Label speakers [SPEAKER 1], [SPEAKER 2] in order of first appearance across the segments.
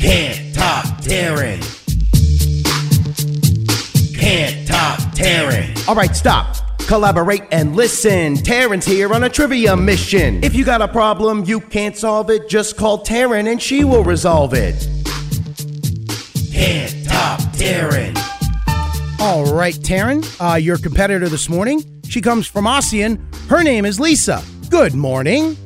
[SPEAKER 1] Can't top Taryn. Can't top Taryn. All right, stop. Collaborate and listen. Taryn's here on a trivia mission. If you got a problem you can't solve it, just call Taryn and she will resolve it. Can't top Taryn.
[SPEAKER 2] All right, Taryn, uh, your competitor this morning. She comes from Ossian. Her name is Lisa. Good morning.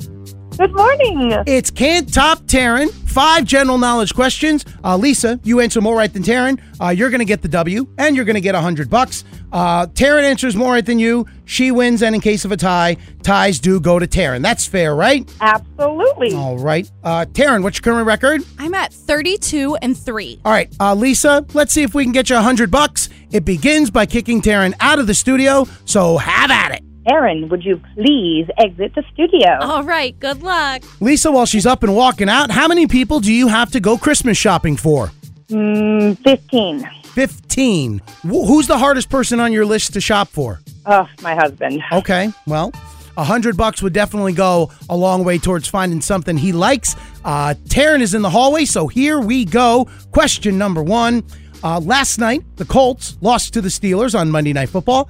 [SPEAKER 3] Good morning.
[SPEAKER 2] It's Can't Top Taryn. Five general knowledge questions. Uh, Lisa, you answer more right than Taryn. Uh, you're going to get the W and you're going to get 100 bucks. Uh, Taryn answers more right than you. She wins, and in case of a tie, ties do go to Taryn. That's fair, right?
[SPEAKER 3] Absolutely.
[SPEAKER 2] All right. Uh, Taryn, what's your current record?
[SPEAKER 4] I'm at 32 and 3.
[SPEAKER 2] All right, uh, Lisa, let's see if we can get you 100 bucks. It begins by kicking Taryn out of the studio, so have at it.
[SPEAKER 3] Aaron, would you please exit the studio?
[SPEAKER 4] All right, good luck.
[SPEAKER 2] Lisa, while she's up and walking out, how many people do you have to go Christmas shopping for?
[SPEAKER 3] Mm, 15.
[SPEAKER 2] 15. Wh- who's the hardest person on your list to shop for?
[SPEAKER 3] Oh, my husband.
[SPEAKER 2] Okay, well, a hundred bucks would definitely go a long way towards finding something he likes. Uh, Taryn is in the hallway, so here we go. Question number one: uh, Last night, the Colts lost to the Steelers on Monday Night Football.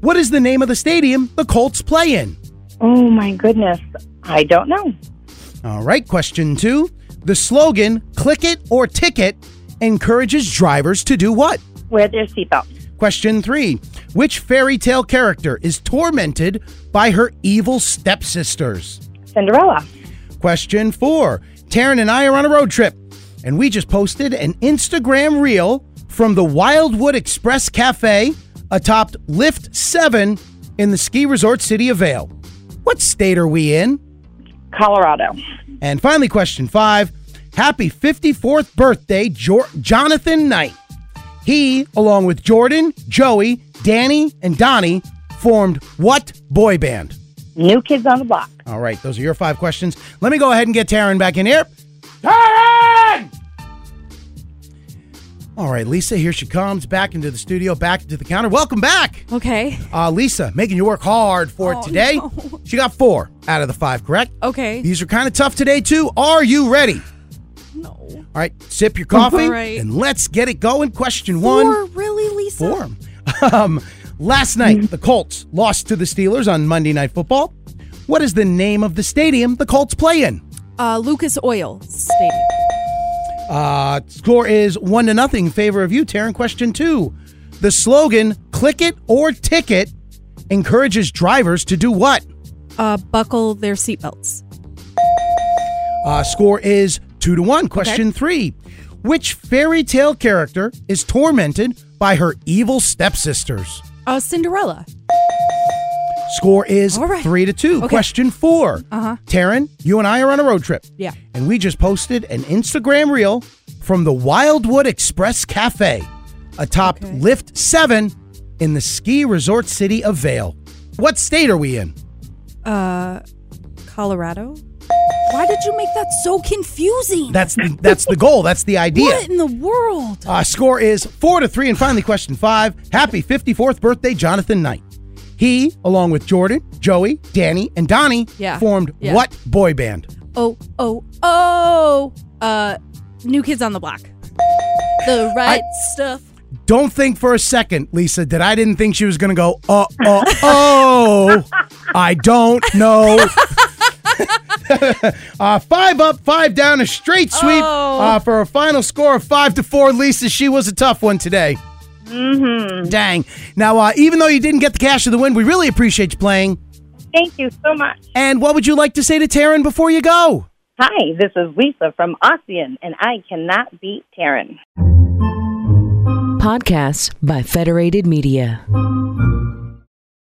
[SPEAKER 2] What is the name of the stadium the Colts play in?
[SPEAKER 3] Oh, my goodness. I don't know.
[SPEAKER 2] All right, question two: The slogan "Click it or ticket" encourages drivers to do what?
[SPEAKER 3] Wear their seatbelts.
[SPEAKER 2] Question three Which fairy tale character is tormented by her evil stepsisters?
[SPEAKER 3] Cinderella.
[SPEAKER 2] Question four Taryn and I are on a road trip, and we just posted an Instagram reel from the Wildwood Express Cafe atop Lift 7 in the ski resort city of Vail. What state are we in?
[SPEAKER 3] Colorado.
[SPEAKER 2] And finally, question five Happy 54th birthday, jo- Jonathan Knight. He, along with Jordan, Joey, Danny, and Donnie, formed what boy band?
[SPEAKER 3] New kids on the block.
[SPEAKER 2] All right, those are your five questions. Let me go ahead and get Taryn back in here. Taryn! All right, Lisa, here she comes back into the studio, back to the counter. Welcome back.
[SPEAKER 4] Okay.
[SPEAKER 2] Uh, Lisa, making you work hard for it
[SPEAKER 4] Oh,
[SPEAKER 2] today.
[SPEAKER 4] no.
[SPEAKER 2] She got four out of the five, correct?
[SPEAKER 4] Okay.
[SPEAKER 2] These are kind of tough today, too. Are you ready?
[SPEAKER 4] No.
[SPEAKER 2] All right, sip your coffee
[SPEAKER 4] All right.
[SPEAKER 2] and let's get it going. Question
[SPEAKER 4] Four,
[SPEAKER 2] one.
[SPEAKER 4] really, Lisa?
[SPEAKER 2] Four. Um, last night, the Colts lost to the Steelers on Monday Night Football. What is the name of the stadium the Colts play in?
[SPEAKER 4] Uh, Lucas Oil Stadium.
[SPEAKER 2] Uh, score is one to nothing in favor of you, Taryn. Question two. The slogan, click it or ticket, encourages drivers to do what?
[SPEAKER 4] Uh, buckle their seatbelts.
[SPEAKER 2] Uh, score is two to one. Question three. Which fairy tale character is tormented by her evil stepsisters?
[SPEAKER 4] Uh, Cinderella.
[SPEAKER 2] Score is
[SPEAKER 4] All right.
[SPEAKER 2] three to two.
[SPEAKER 4] Okay.
[SPEAKER 2] Question four. Uh-huh. Taryn, you and I are on a road trip.
[SPEAKER 4] Yeah.
[SPEAKER 2] And we just posted an Instagram reel from the Wildwood Express Cafe atop
[SPEAKER 4] Okay.
[SPEAKER 2] Lift 7 in the ski resort city of Vail. What state are we in?
[SPEAKER 4] Uh, Colorado. Why did you make that so confusing?
[SPEAKER 2] That's the, that's the goal. That's the idea.
[SPEAKER 4] what in the world?
[SPEAKER 2] Uh, score is four to three. And finally, question five. Happy 54th birthday, Jonathan Knight. He, along with Jordan, Joey, Danny, and Donnie,
[SPEAKER 4] Yeah.
[SPEAKER 2] formed
[SPEAKER 4] Yeah.
[SPEAKER 2] what boy band?
[SPEAKER 4] Oh, oh, oh. Uh, New Kids on the Block. The right stuff.
[SPEAKER 2] Don't think for a second, Lisa, that I didn't think she was going to go, uh, uh, oh, I don't know. uh, five up, five down, a straight sweep
[SPEAKER 4] Oh.
[SPEAKER 2] uh, for a final score of five to four. Lisa, she was a tough one today. Mm-hmm. Dang. Now, uh, even though you didn't get the cash of the win, we really appreciate you playing.
[SPEAKER 3] Thank you so much.
[SPEAKER 2] And what would you like to say to Taryn before you go?
[SPEAKER 3] Hi, this is Lisa from Ossian, and I cannot beat Taryn.
[SPEAKER 5] Podcasts by Federated Media.